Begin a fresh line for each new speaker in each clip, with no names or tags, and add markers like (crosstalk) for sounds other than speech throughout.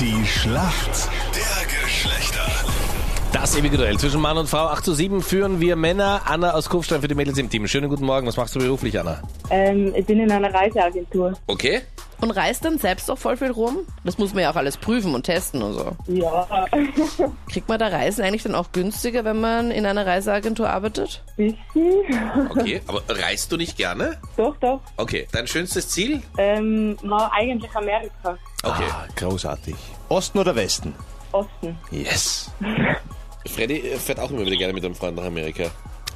Die Schlacht der Geschlechter.
Das ewige Duell zwischen Mann und Frau. 8 zu 7 führen wir Männer. Anna aus Kufstein für die Mädels im Team. Schönen guten Morgen. Was machst du beruflich, Anna?
Ähm, ich bin in einer Reiseagentur.
Okay.
Und reist dann selbst auch voll viel rum? Das muss man ja auch alles prüfen und testen und so.
Ja, (laughs)
Kriegt man da Reisen eigentlich dann auch günstiger, wenn man in einer Reiseagentur arbeitet?
bisschen.
Okay, aber reist du nicht gerne?
Doch, doch.
Okay. Dein schönstes Ziel?
Ähm, war eigentlich Amerika.
Okay.
Ah, großartig. Osten oder Westen?
Osten.
Yes.
Freddy äh, fährt auch immer wieder gerne mit einem Freund nach Amerika.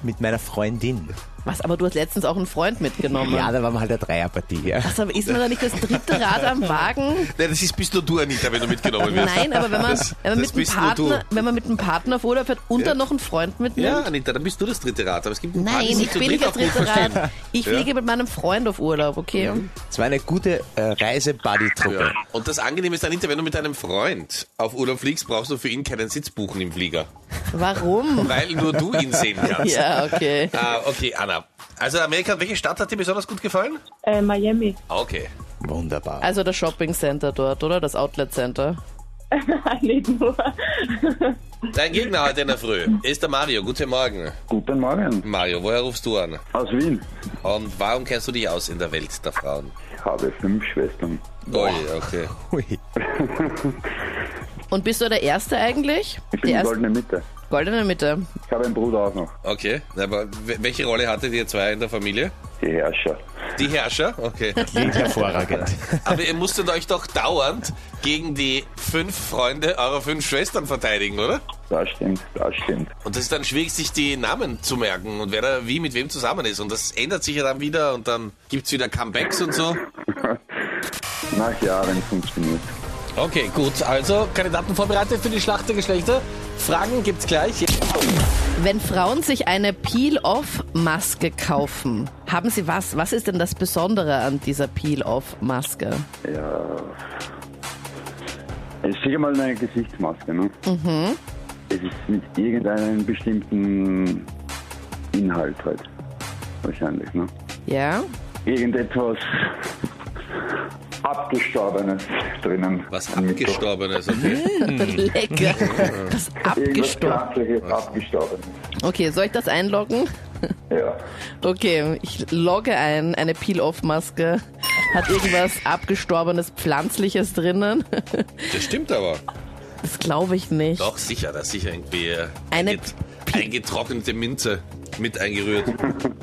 Mit meiner Freundin.
Was, aber du hast letztens auch einen Freund mitgenommen.
Ja, da waren wir halt eine Dreierpartie. Ja.
Was, aber ist man da nicht das dritte Rad am
(laughs)
Wagen?
Nein, das ist bist nur du, Anita, wenn du mitgenommen wirst.
Nein, aber wenn man,
Das-
wenn man,
das
mit, einem
bist nur du.
Partner, wenn man mit einem Partner auf Urlaub fährt und dann noch einen Freund mitnimmt.
Ja, Anita, dann bist du das dritte Rad. Aber es gibt ein paar,
Nein,
die sind
ich
zu
bin
dritt
nicht das
auf gut
dritte
verstehen. (laughs)
Rad. Ich
Ja.
fliege mit meinem Freund auf Urlaub, okay?
Es war eine gute äh, Reise-Buddy-Truppe.
Ja. Und das Angenehme ist, Anita, wenn du mit deinem Freund auf Urlaub fliegst, brauchst du für ihn keinen Sitz buchen im Flieger. (laughs)
Warum?
Weil nur du ihn sehen kannst.
(laughs) Ja, okay.
Ah, okay, Anna. Also Amerika, welche Stadt hat dir besonders gut gefallen?
Äh, Miami. (laughs)
Ah, Okay.
Wunderbar.
Also das Shopping Center dort, oder? Das Outlet Center.
Nicht nur. (laughs)
Dein Gegner heute in der Früh ist der Mario. Guten Morgen.
Guten Morgen
Mario, woher rufst du an?
aus Wien.
Und warum kennst du dich aus in der Welt der Frauen?
Ich habe fünf Schwestern.
Oh, okay.
Ui. (laughs)
Und bist du der Erste eigentlich?
Ich
Die
bin die
erste-
goldene Mitte.
Goldene Mitte.
Ich habe einen Bruder auch noch,
Okay. Aber w- welche Rolle hattet ihr zwei in der Familie?
die Herrscher.
Die Herrscher? Okay.
Klingt hervorragend.
Aber ihr musstet euch doch dauernd gegen die fünf Freunde eurer fünf Schwestern verteidigen, oder?
Das stimmt, das stimmt. (laughs)
Und das ist dann schwierig, sich die Namen zu merken und wer da wie mit wem zusammen ist. Und das ändert sich ja dann wieder und dann gibt's wieder Comebacks und so.
Nach Jahren funktioniert.
Okay, gut. Also, Kandidaten vorbereitet für die Schlacht der Geschlechter. Fragen gibt's gleich.
Wenn Frauen sich eine Peel-Off-Maske kaufen, haben sie was? Was ist denn das Besondere an dieser Peel-Off-Maske?
Ja. Es ist sicher mal eine Gesichtsmaske, ne? Es ist mit irgendeinem bestimmten Inhalt halt. Wahrscheinlich, ne?
Ja?
Irgendetwas Abgestorbenes drinnen.
Was Abgestorbenes, okay?
(laughs) Lecker. Das
Irgendwas
abgestorben.
Pflanzliches, Abgestorbenes.
Okay, soll ich das einloggen?
Ja.
Okay, ich logge ein. Eine Peel-Off-Maske hat irgendwas abgestorbenes, pflanzliches drinnen. (laughs)
Das stimmt aber.
Das glaube ich nicht.
Doch, sicher, da ist sicher irgendwie äh,
Eine
einget- eingetrocknete Minze mit eingerührt.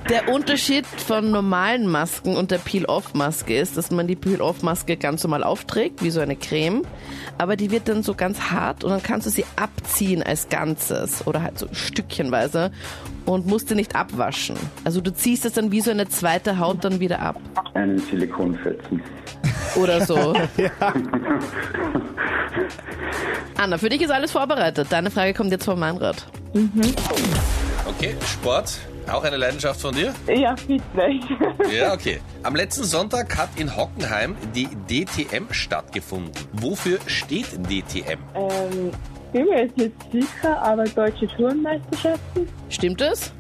Der Unterschied von normalen Masken und der Peel-Off-Maske ist, dass man die Peel-Off-Maske ganz normal aufträgt, wie so eine Creme, aber die wird dann so ganz hart und dann kannst du sie abziehen als Ganzes oder halt so stückchenweise und musst sie nicht abwaschen. Also du ziehst es dann wie so eine zweite Haut dann wieder ab
Einen Silikonfetzen.
oder so. Anna, für dich ist alles vorbereitet. Deine Frage kommt jetzt von Meinrad.
Okay, Sport. Auch eine Leidenschaft von dir?
Ja, Fitness.
Ja, okay. Am letzten Sonntag hat in Hockenheim die DTM stattgefunden. Wofür steht DTM?
(laughs) ähm, bin mir jetzt nicht sicher, aber deutsche Tourenmeisterschaften.
Stimmt es?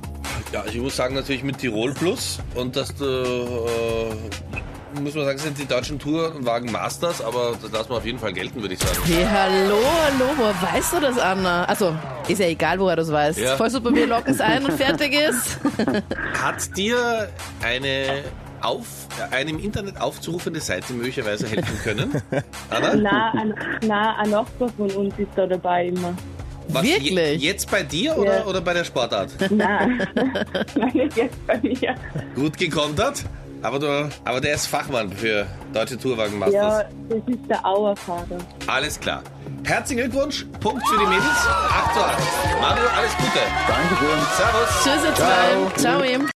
Ja, also ich muss sagen, natürlich mit Tirol Plus und das, äh, äh, muss man sagen, sind die deutschen Tourenwagen Masters, aber das lassen wir auf jeden Fall gelten, würde ich sagen.
Hey, hallo, hallo, woher weißt du das, Anna? Also, ist ja egal, woher du es weißt.
Ja.
Voll super, wir locken es ein und fertig ist.
Hat dir eine auf eine im Internet aufzurufende Seite möglicherweise helfen (laughs) können? Anna?
Na, ein, na, ein Nachbar von uns ist da dabei immer.
je-
Wirklich?
jetzt bei dir oder,
Ja.
oder bei der Sportart?
(laughs) Nein, nein, nicht jetzt bei mir.
Gut gekontert, aber, du, aber der ist Fachmann für deutsche Tourwagen
Ja,
Masters.
das ist der Auerfahrer.
Alles klar. Herzlichen Glückwunsch, Punkt für die Mädels. 8 zu 8. Mario, alles Gute.
Dankeschön.
Servus.
Tschüss, ihr zwei. Ciao, ihm.